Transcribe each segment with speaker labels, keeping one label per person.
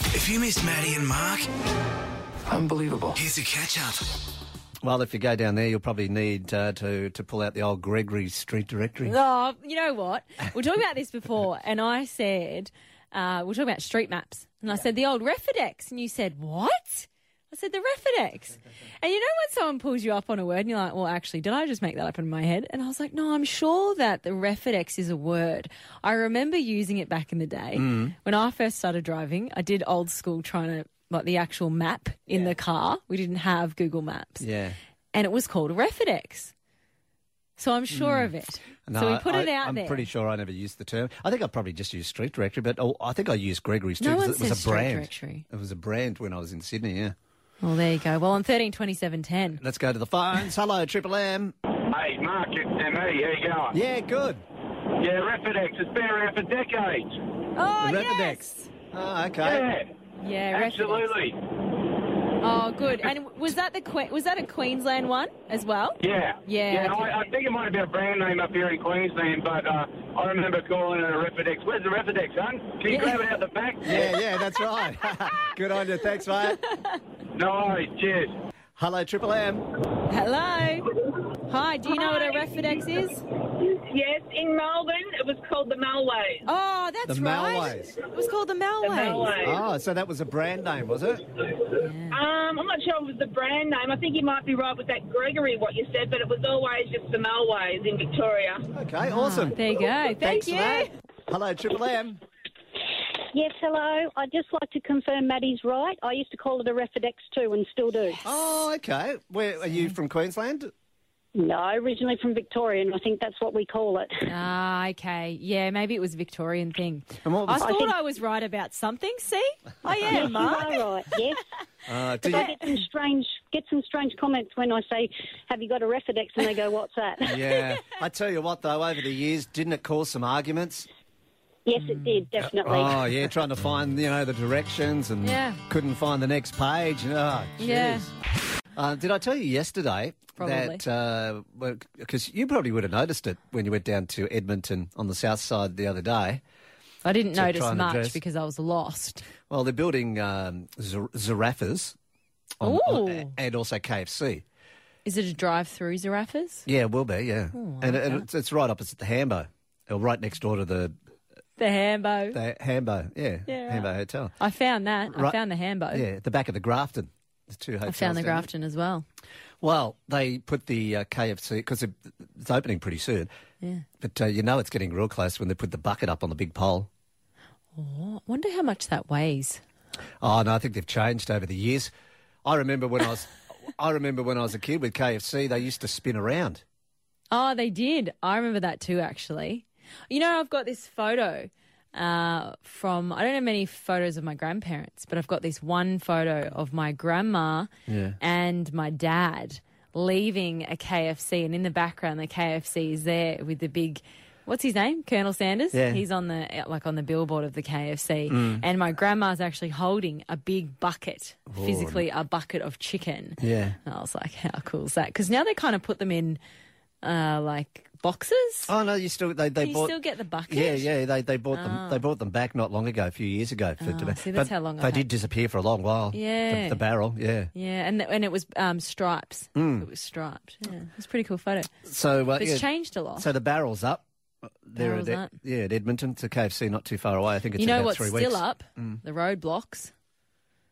Speaker 1: If you missed Maddie and Mark,
Speaker 2: Unbelievable.
Speaker 1: here's a catch up.
Speaker 3: Well, if you go down there, you'll probably need uh, to to pull out the old Gregory Street directory.
Speaker 4: Oh, you know what? We were talking about this before, and I said, uh, we we're talking about street maps. And I said, the old Refidex. And you said, what? I said, the Refidex. And you know when someone pulls you up on a word and you're like, well, actually, did I just make that up in my head? And I was like, no, I'm sure that the Refidex is a word. I remember using it back in the day.
Speaker 3: Mm.
Speaker 4: When I first started driving, I did old school trying to, like, the actual map in the car. We didn't have Google Maps
Speaker 3: Yeah.
Speaker 4: and it was called Refidex. So I'm sure of it. so we put
Speaker 3: I,
Speaker 4: it out
Speaker 3: I'm
Speaker 4: there.
Speaker 3: pretty sure I never used the term. I think I probably just used street directory, but oh, I think I used Gregory Street
Speaker 4: No
Speaker 3: because it
Speaker 4: one
Speaker 3: was
Speaker 4: says
Speaker 3: a
Speaker 4: street
Speaker 3: brand.
Speaker 4: directory.
Speaker 3: It was a brand when I was in Sydney. Yeah.
Speaker 4: Well, there you go. Well, on 13, 27, 10.
Speaker 3: Let's go to the phones. Hello, Triple M.
Speaker 5: Hey, Mark, it's me. How you going?
Speaker 3: Yeah, good.
Speaker 5: Yeah, Rapidex. It's been around for decades.
Speaker 4: Oh,
Speaker 3: Refidex.
Speaker 4: yes.
Speaker 3: Oh, okay.
Speaker 5: Yeah,
Speaker 4: Yeah, Refidex.
Speaker 5: absolutely.
Speaker 4: Oh, good. And was that the que- was that a Queensland one as well?
Speaker 5: Yeah.
Speaker 4: Yeah,
Speaker 5: Yeah,
Speaker 4: okay.
Speaker 5: I, I think it might have been a brand name up here in Queensland, but uh, I remember calling it a Rapidex. Where's the Rapidex, son? Can you grab it out the back?
Speaker 3: Yeah, yeah, that's right. good on you. Thanks, mate.
Speaker 5: No worries. Cheers.
Speaker 3: Hello, Triple M.
Speaker 4: Hello. Hi, do you know what a Refidex is?
Speaker 6: Yes, in Melbourne, it was called the Malways.
Speaker 4: Oh, that's
Speaker 3: The
Speaker 4: right.
Speaker 3: Malways.
Speaker 4: It was called the
Speaker 6: The
Speaker 4: Malways.
Speaker 6: Malways.
Speaker 3: Oh, so that was a brand name, was it?
Speaker 6: Um, I'm not sure it was the brand name. I think you might be right with that Gregory, what you said, but it was always just the Malways in Victoria.
Speaker 3: Okay, awesome.
Speaker 4: Ah, There you go. Thank
Speaker 3: Thanks
Speaker 4: you.
Speaker 3: for that. Hello, Triple M.
Speaker 7: Yes, hello. I'd just like to confirm Maddie's right. I used to call it a Refidex too and still do.
Speaker 3: Oh, okay. Where are you from? Queensland?
Speaker 7: No, originally from Victoria, and I think that's what we call it.
Speaker 4: Ah, okay. Yeah, maybe it was a Victorian thing.
Speaker 3: And what
Speaker 4: I
Speaker 3: was-
Speaker 4: thought
Speaker 7: I think-
Speaker 4: I was right about something. See, I
Speaker 7: yes,
Speaker 4: am,
Speaker 7: you
Speaker 4: Mark.
Speaker 7: are right. Yes,
Speaker 3: Uh, do
Speaker 7: I
Speaker 3: you,
Speaker 7: get some strange get some strange comments when I say, "Have you got a Refidex?" and they go, "What's that?"
Speaker 3: yeah. I tell you what, though, over the years, didn't it cause some arguments?
Speaker 7: yes, it did definitely.
Speaker 3: Oh, yeah, trying to find you know the directions and
Speaker 4: Yeah.
Speaker 3: couldn't find the next page. Oh, jeez.
Speaker 4: Yeah.
Speaker 3: Uh, did I tell you yesterday
Speaker 4: Probably.
Speaker 3: that because you probably would have noticed it when you went down to Edmonton on the south side the other day?
Speaker 4: I didn't
Speaker 3: to try
Speaker 4: notice
Speaker 3: and
Speaker 4: much
Speaker 3: address.
Speaker 4: because I was lost.
Speaker 3: Well, they're building um, zir- zirafas, on,
Speaker 4: Ooh.
Speaker 3: on, and also KFC.
Speaker 4: Is it a drive-through Zarafas?
Speaker 3: Yeah, it will be. Yeah, and, it, and it's, it's right opposite the Hambo, or right next door to the
Speaker 4: The Hambo.
Speaker 3: the Hambo. Yeah,
Speaker 4: Yeah,
Speaker 3: Hambo
Speaker 4: right.
Speaker 3: Hotel.
Speaker 4: I found that. I
Speaker 3: Right.
Speaker 4: found the Hambo.
Speaker 3: Yeah, at the back of the Grafton. The two hotels.
Speaker 4: I found the
Speaker 3: down there.
Speaker 4: Grafton as well.
Speaker 3: Well, they put the uh, KFC because it, it's opening pretty soon. Yeah. But uh, you know it's getting real close when they put the bucket up on the big pole.
Speaker 4: I wonder how much that weighs.
Speaker 3: Oh no, I think they've changed over the years. I remember when I was, I remember when I was a kid with KFC, they used to spin around.
Speaker 4: Oh, they did. I remember that too, actually. You know, I've got this photo uh, from, I don't have many photos of my grandparents, but I've got this one photo of my grandma and my dad leaving a KFC. And in the background, the KFC is there with the big. What's his name? Colonel Sanders.
Speaker 3: Yeah.
Speaker 4: He's on the eh, like on the billboard of the KFC, and my grandma's actually holding a big bucket, physically a bucket of chicken.
Speaker 3: Yeah.
Speaker 4: And I was like, how cool is that? Because now they kind of put them in uh, like boxes.
Speaker 3: Oh no, you still they they
Speaker 4: you
Speaker 3: bought.
Speaker 4: still get the bucket.
Speaker 3: yeah, yeah, they they bought them they bought them back not long ago, a few years ago. For,
Speaker 4: Oh, Ah. see, that's
Speaker 3: but
Speaker 4: how long
Speaker 3: they
Speaker 4: I've
Speaker 3: did
Speaker 4: had-
Speaker 3: disappear for a long while.
Speaker 4: Yeah.
Speaker 3: the, the barrel. Yeah,
Speaker 4: Yeah, and th- and it was um, stripes. It was striped. Yeah, it was a pretty cool photo.
Speaker 3: Mm. so uh,
Speaker 4: But it's
Speaker 3: yeah,
Speaker 4: changed a lot.
Speaker 3: So the barrel's up. There
Speaker 4: Barrel's
Speaker 3: at, E-,
Speaker 4: up.
Speaker 3: Yeah, at Edmonton to KFC, not too far away. I think it's
Speaker 4: you know
Speaker 3: about
Speaker 4: what's
Speaker 3: three
Speaker 4: still
Speaker 3: weeks. Mm.
Speaker 4: up? The roadblocks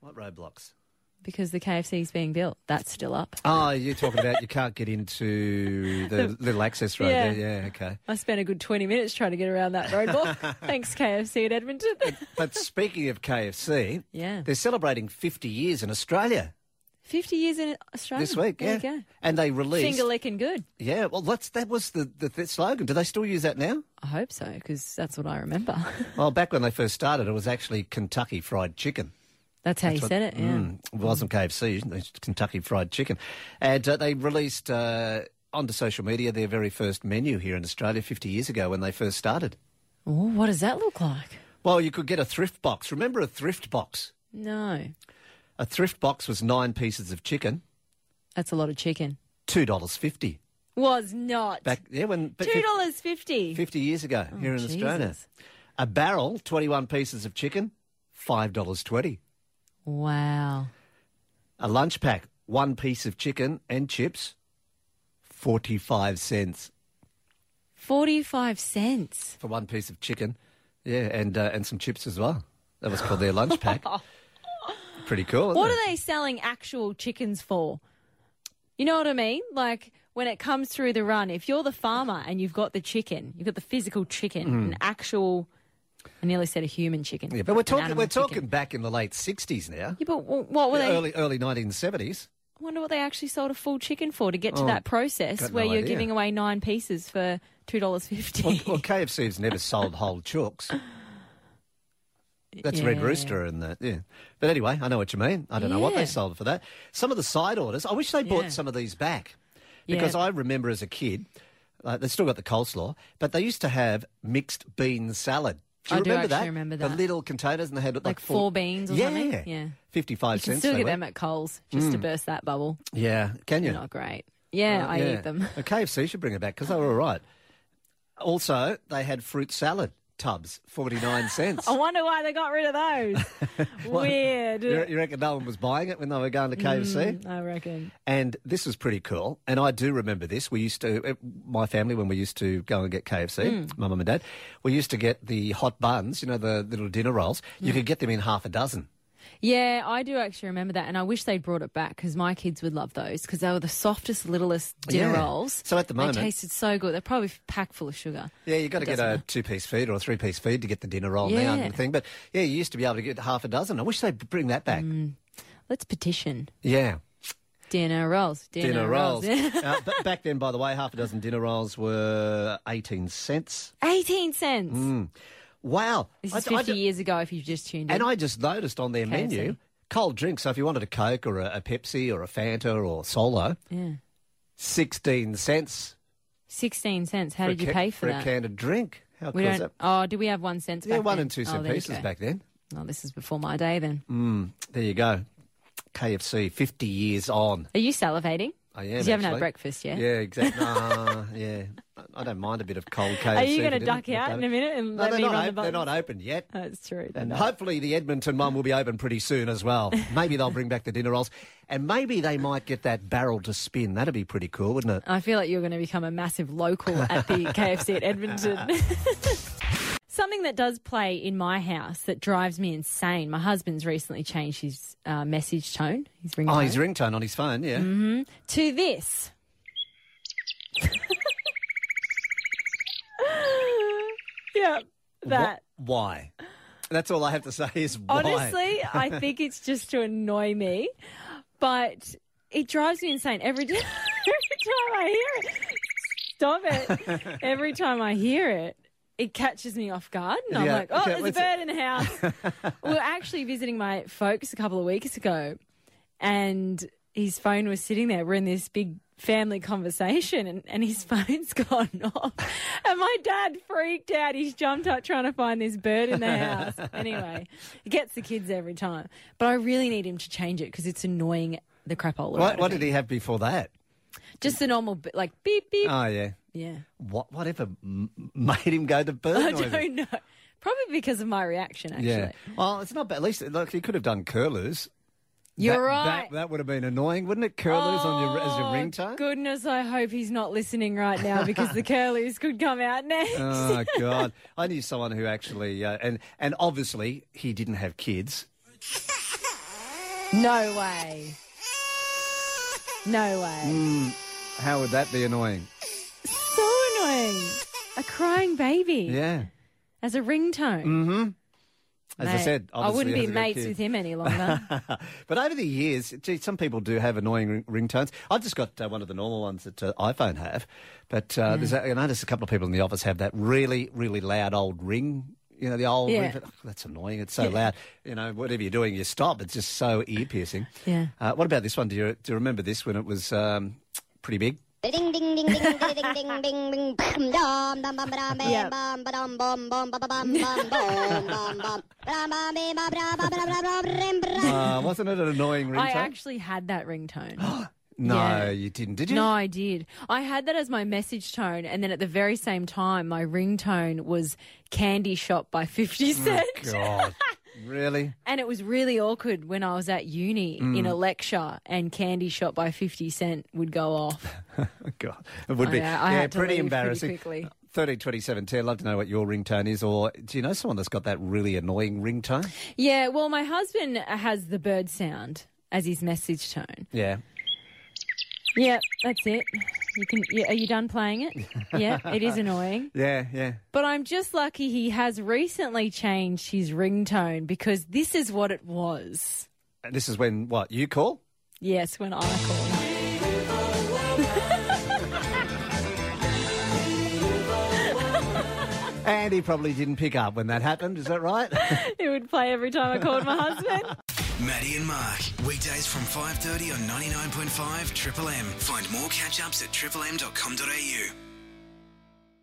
Speaker 3: What roadblocks?
Speaker 4: because the KFC is being built. That's still up.
Speaker 3: Oh, you're talking about you can't get into the little access road
Speaker 4: Yeah.
Speaker 3: there. Yeah, okay.
Speaker 4: I spent a good twenty minutes trying to get around that roadblock. Thanks KFC at Edmonton.
Speaker 3: But speaking of KFC,
Speaker 4: Yeah.
Speaker 3: they're celebrating 50 years in Australia
Speaker 4: Fifty years in Australia
Speaker 3: this week.
Speaker 4: Oh, There
Speaker 3: yeah,
Speaker 4: you
Speaker 3: and they
Speaker 4: go.
Speaker 3: released.
Speaker 4: Finger licking good.
Speaker 3: yeah, well, that's that was the, the, the slogan. Do they still use that now?
Speaker 4: I hope so because that's what I remember.
Speaker 3: Well, back when they first started, it was actually Kentucky Fried Chicken.
Speaker 4: that's how you said it. Yeah.
Speaker 3: Mm, it wasn't KFC, it was Kentucky Fried Chicken. And uh, they released uh, onto social media their very first menu here in Australia 50 years ago when they first started.
Speaker 4: Oh, what does that look like?
Speaker 3: Well, you could get a thrift box. Remember a thrift box?
Speaker 4: No,
Speaker 3: A thrift box was nine pieces of chicken,
Speaker 4: that's a lot of chicken.
Speaker 3: $2.50.
Speaker 4: Was not.
Speaker 3: Back yeah, when but
Speaker 4: Two dollars Oh, fifty.
Speaker 3: 50 years ago here in Australia.
Speaker 4: Jesus.
Speaker 3: A barrel, 21 pieces of chicken, $5.20.
Speaker 4: Wow.
Speaker 3: A lunch pack, one piece of chicken and chips, 45 cents
Speaker 4: 45 cents.
Speaker 3: for one piece of chicken. Yeah, and, uh, and some chips as well. That was called their lunch pack. Pretty cool. Isn't
Speaker 4: What
Speaker 3: it?
Speaker 4: are they selling actual chickens for? You know what I mean? Like when it comes through the run, if you're the farmer and you've got the chicken, you've got the physical chicken, an actual, I nearly said a human chicken.
Speaker 3: Mm. Yeah, but we're
Speaker 4: an
Speaker 3: talking
Speaker 4: animal
Speaker 3: we're
Speaker 4: chicken.
Speaker 3: talking back in the late sixties now,
Speaker 4: Yeah, but wh- what were
Speaker 3: The
Speaker 4: they?
Speaker 3: early early nineteen seventies.
Speaker 4: I wonder what they actually sold a full chicken for to get to that process
Speaker 3: Oh, got
Speaker 4: where
Speaker 3: no
Speaker 4: you're
Speaker 3: idea.
Speaker 4: giving away nine pieces for two dollars fifty.
Speaker 3: Well, well, KFC's never sold whole chooks. That's Red
Speaker 4: Yeah.
Speaker 3: Rooster and that, yeah. But anyway, I know what you mean. I don't know what
Speaker 4: Yeah.
Speaker 3: they sold for that. Some of the side orders, I wish they
Speaker 4: Yeah.
Speaker 3: bought some of these back because
Speaker 4: Yeah.
Speaker 3: I remember as a kid, like, they still got the coleslaw, but they used to have mixed bean salad. Do you
Speaker 4: I do
Speaker 3: remember
Speaker 4: actually
Speaker 3: that?
Speaker 4: remember
Speaker 3: The
Speaker 4: that.
Speaker 3: little containers and they had like,
Speaker 4: Like four beans or
Speaker 3: yeah,
Speaker 4: something? Yeah.
Speaker 3: fifty-five
Speaker 4: you can
Speaker 3: cents.
Speaker 4: still
Speaker 3: they
Speaker 4: get
Speaker 3: were.
Speaker 4: them at Coles just to burst that bubble.
Speaker 3: Hmm. Yeah, can you?
Speaker 4: Not great. Yeah, I
Speaker 3: Yeah.
Speaker 4: eat them.
Speaker 3: A KFC should bring it back because they were all right. Also, they had fruit salad tubs, 49 cents.
Speaker 4: I wonder why they got rid of those. Weird.
Speaker 3: You you reckon no one was buying it when they were going to KFC?
Speaker 4: I reckon.
Speaker 3: And this was pretty cool. And I do remember this. We used to, eh, my family, when we used to go and get KFC,
Speaker 4: Mm.
Speaker 3: my mum and dad, we used to get the hot buns, you know, the little dinner rolls.
Speaker 4: Mm.
Speaker 3: You could get them in half a dozen.
Speaker 4: Yeah, I do actually remember that, and I wish they'd brought it back because my kids would love those because they were the softest, littlest dinner
Speaker 3: Yeah.
Speaker 4: rolls.
Speaker 3: So at the moment-
Speaker 4: they tasted so good. They're probably f- packed full of sugar.
Speaker 3: Yeah, you got to get
Speaker 4: doesn't
Speaker 3: a two piece feed or a three piece feed to get the dinner roll now
Speaker 4: Yeah.
Speaker 3: and thing. But yeah, you used to be able to get half a dozen. I wish they'd bring that back.
Speaker 4: Mm. Let's petition
Speaker 3: Yeah.
Speaker 4: dinner rolls. Dinner,
Speaker 3: dinner rolls.
Speaker 4: rolls.
Speaker 3: uh, but back then, by the way, half a dozen dinner rolls were 18 cents.
Speaker 4: Eighteen cents.
Speaker 3: Wow.
Speaker 4: This
Speaker 3: Hmm. I-
Speaker 4: is
Speaker 3: I
Speaker 4: fifty
Speaker 3: ju-
Speaker 4: years ago. If you've just tuned in,
Speaker 3: and I just noticed on their
Speaker 4: KFC.
Speaker 3: menu, cold drinks. So if you wanted a Coke or a, a Pepsi or a Fanta or Solo,
Speaker 4: yeah,
Speaker 3: 16 cents.
Speaker 4: sixteen cents. How
Speaker 3: for a
Speaker 4: did you
Speaker 3: ca-
Speaker 4: pay for,
Speaker 3: For a
Speaker 4: that?
Speaker 3: can of drink. How
Speaker 4: we
Speaker 3: cool is
Speaker 4: don't.
Speaker 3: that?
Speaker 4: Oh, do we have one cent?
Speaker 3: Yeah,
Speaker 4: back
Speaker 3: one
Speaker 4: then?
Speaker 3: and two
Speaker 4: Oh,
Speaker 3: cent
Speaker 4: there you
Speaker 3: pieces
Speaker 4: go.
Speaker 3: back then.
Speaker 4: Oh, this is before my day. Then
Speaker 3: Mm. There you go. KFC, 50 years on.
Speaker 4: are you salivating?
Speaker 3: I am.
Speaker 4: Because you haven't had
Speaker 3: actually.
Speaker 4: breakfast yet.
Speaker 3: Yeah, exactly. Nah, yeah. I- I don't mind a bit of cold KFC.
Speaker 4: Are you
Speaker 3: if
Speaker 4: going to
Speaker 3: it isn't
Speaker 4: duck out in
Speaker 3: McDonald's.
Speaker 4: a minute and
Speaker 3: No,
Speaker 4: let
Speaker 3: they're,
Speaker 4: me
Speaker 3: not
Speaker 4: run the
Speaker 3: op- they're
Speaker 4: buttons?
Speaker 3: not open yet.
Speaker 4: That's true. they're
Speaker 3: And
Speaker 4: not.
Speaker 3: hopefully the Edmonton one will be open pretty soon as well. Maybe they'll bring back the dinner rolls. And maybe they might get that barrel to spin. That'd be pretty cool, wouldn't it?
Speaker 4: I feel like you're going to become a massive local at the KFC at Edmonton. Something that does play in my house that drives me insane. My husband's recently changed his uh, message tone. He's ringing
Speaker 3: Oh, his ringtone on his phone, yeah.
Speaker 4: Mm. to this. yeah, that.
Speaker 3: Wh- why? That's all I have to say is why.
Speaker 4: Honestly, I think it's just to annoy me, but it drives me insane every time. Every time I hear it, stop it! Every time I hear it, it catches me off guard, and I'm
Speaker 3: Yeah,
Speaker 4: like, "Oh,
Speaker 3: okay,
Speaker 4: there's a
Speaker 3: what's
Speaker 4: bird in the house." we were actually visiting my folks a couple of weeks ago, and his phone was sitting there. We're in this big family conversation and, and his phone's gone off. And my dad freaked out. He's jumped up trying to find this bird in the house. Anyway, it gets the kids every time. But I really need him to change it because it's annoying the crap all
Speaker 3: What, what did he have before that?
Speaker 4: Just the normal, bi- like beep, beep.
Speaker 3: Oh, yeah.
Speaker 4: yeah.
Speaker 3: What, whatever m- made him go to bird
Speaker 4: I
Speaker 3: noises?
Speaker 4: don't know. Probably because of my reaction, actually.
Speaker 3: Yeah. Well, it's not bad. At least look, he could have done curlews.
Speaker 4: You're
Speaker 3: That-
Speaker 4: right.
Speaker 3: That, that would have been annoying, wouldn't it? Curlews on your, as your
Speaker 4: Oh,
Speaker 3: ringtone?
Speaker 4: Goodness, I hope he's not listening right now because the curlews could come out next.
Speaker 3: Oh God! I knew someone who actually, uh, and and obviously he didn't have kids.
Speaker 4: No way. No way.
Speaker 3: How would that be annoying?
Speaker 4: So annoying. A crying baby
Speaker 3: Yeah. Mm.
Speaker 4: as a ringtone. Mm-hmm.
Speaker 3: As I said,
Speaker 4: I
Speaker 3: obviously
Speaker 4: wouldn't be
Speaker 3: hasn't got
Speaker 4: mates
Speaker 3: kids.
Speaker 4: with him any longer.
Speaker 3: But over the years, gee, some people do have annoying ring- ringtones. I've just got uh, one of the normal ones that uh, iPhone have, but uh, there's a, I noticed a couple of people in the office have that really, really loud old ring. You know the old
Speaker 4: Yeah.
Speaker 3: ring. That's annoying. It's so loud. You know whatever you're doing, you stop. It's just so ear piercing.
Speaker 4: Yeah.
Speaker 3: Uh, what about this one? Do you do you remember this when it was um, pretty big?
Speaker 8: Ding ding ding ding ding ding ding ding ding bam dam dam bam bam
Speaker 4: Yeah.
Speaker 8: bam bam bam bam bam bam bam bam bam bam bam bam bam bam bam bam bam bam bam bam bam
Speaker 3: Uh, wasn't it an annoying ringtone?
Speaker 4: I actually had that ringtone.
Speaker 3: no,
Speaker 4: yeah.
Speaker 3: you didn't. Did you?
Speaker 4: no, I did. I had that as my message tone, and then at the very same time, my ringtone was Candy Shop by 50 Cent.
Speaker 3: Oh God. Really?
Speaker 4: And it was really awkward when I was at uni
Speaker 3: Mm.
Speaker 4: in a lecture and candy shot by 50 Cent would go off.
Speaker 3: God, it would
Speaker 4: I
Speaker 3: be
Speaker 4: know, I
Speaker 3: yeah,
Speaker 4: had to
Speaker 3: pretty
Speaker 4: leave pretty
Speaker 3: embarrassing.
Speaker 4: quickly.
Speaker 3: Thirteen twenty seven ten. I'd love to know what your ringtone is, or do you know someone that's got that really annoying ringtone?
Speaker 4: Yeah, well, my husband has the bird sound as his message tone.
Speaker 3: Yeah.
Speaker 4: Yeah, that's it. You can. Yeah, are you done playing it? yeah, it is annoying.
Speaker 3: Yeah, yeah.
Speaker 4: But I'm just lucky he has recently changed his ringtone because this is what it was.
Speaker 3: And this is when what you call?
Speaker 4: Yes, when I call.
Speaker 3: And he probably didn't pick up when that happened. Is that right?
Speaker 4: It would play every time I called my husband.
Speaker 1: Maddie and Mark. Weekdays from 5.30 on 99.5 Triple M. Find more catch-ups at triplem.com.au.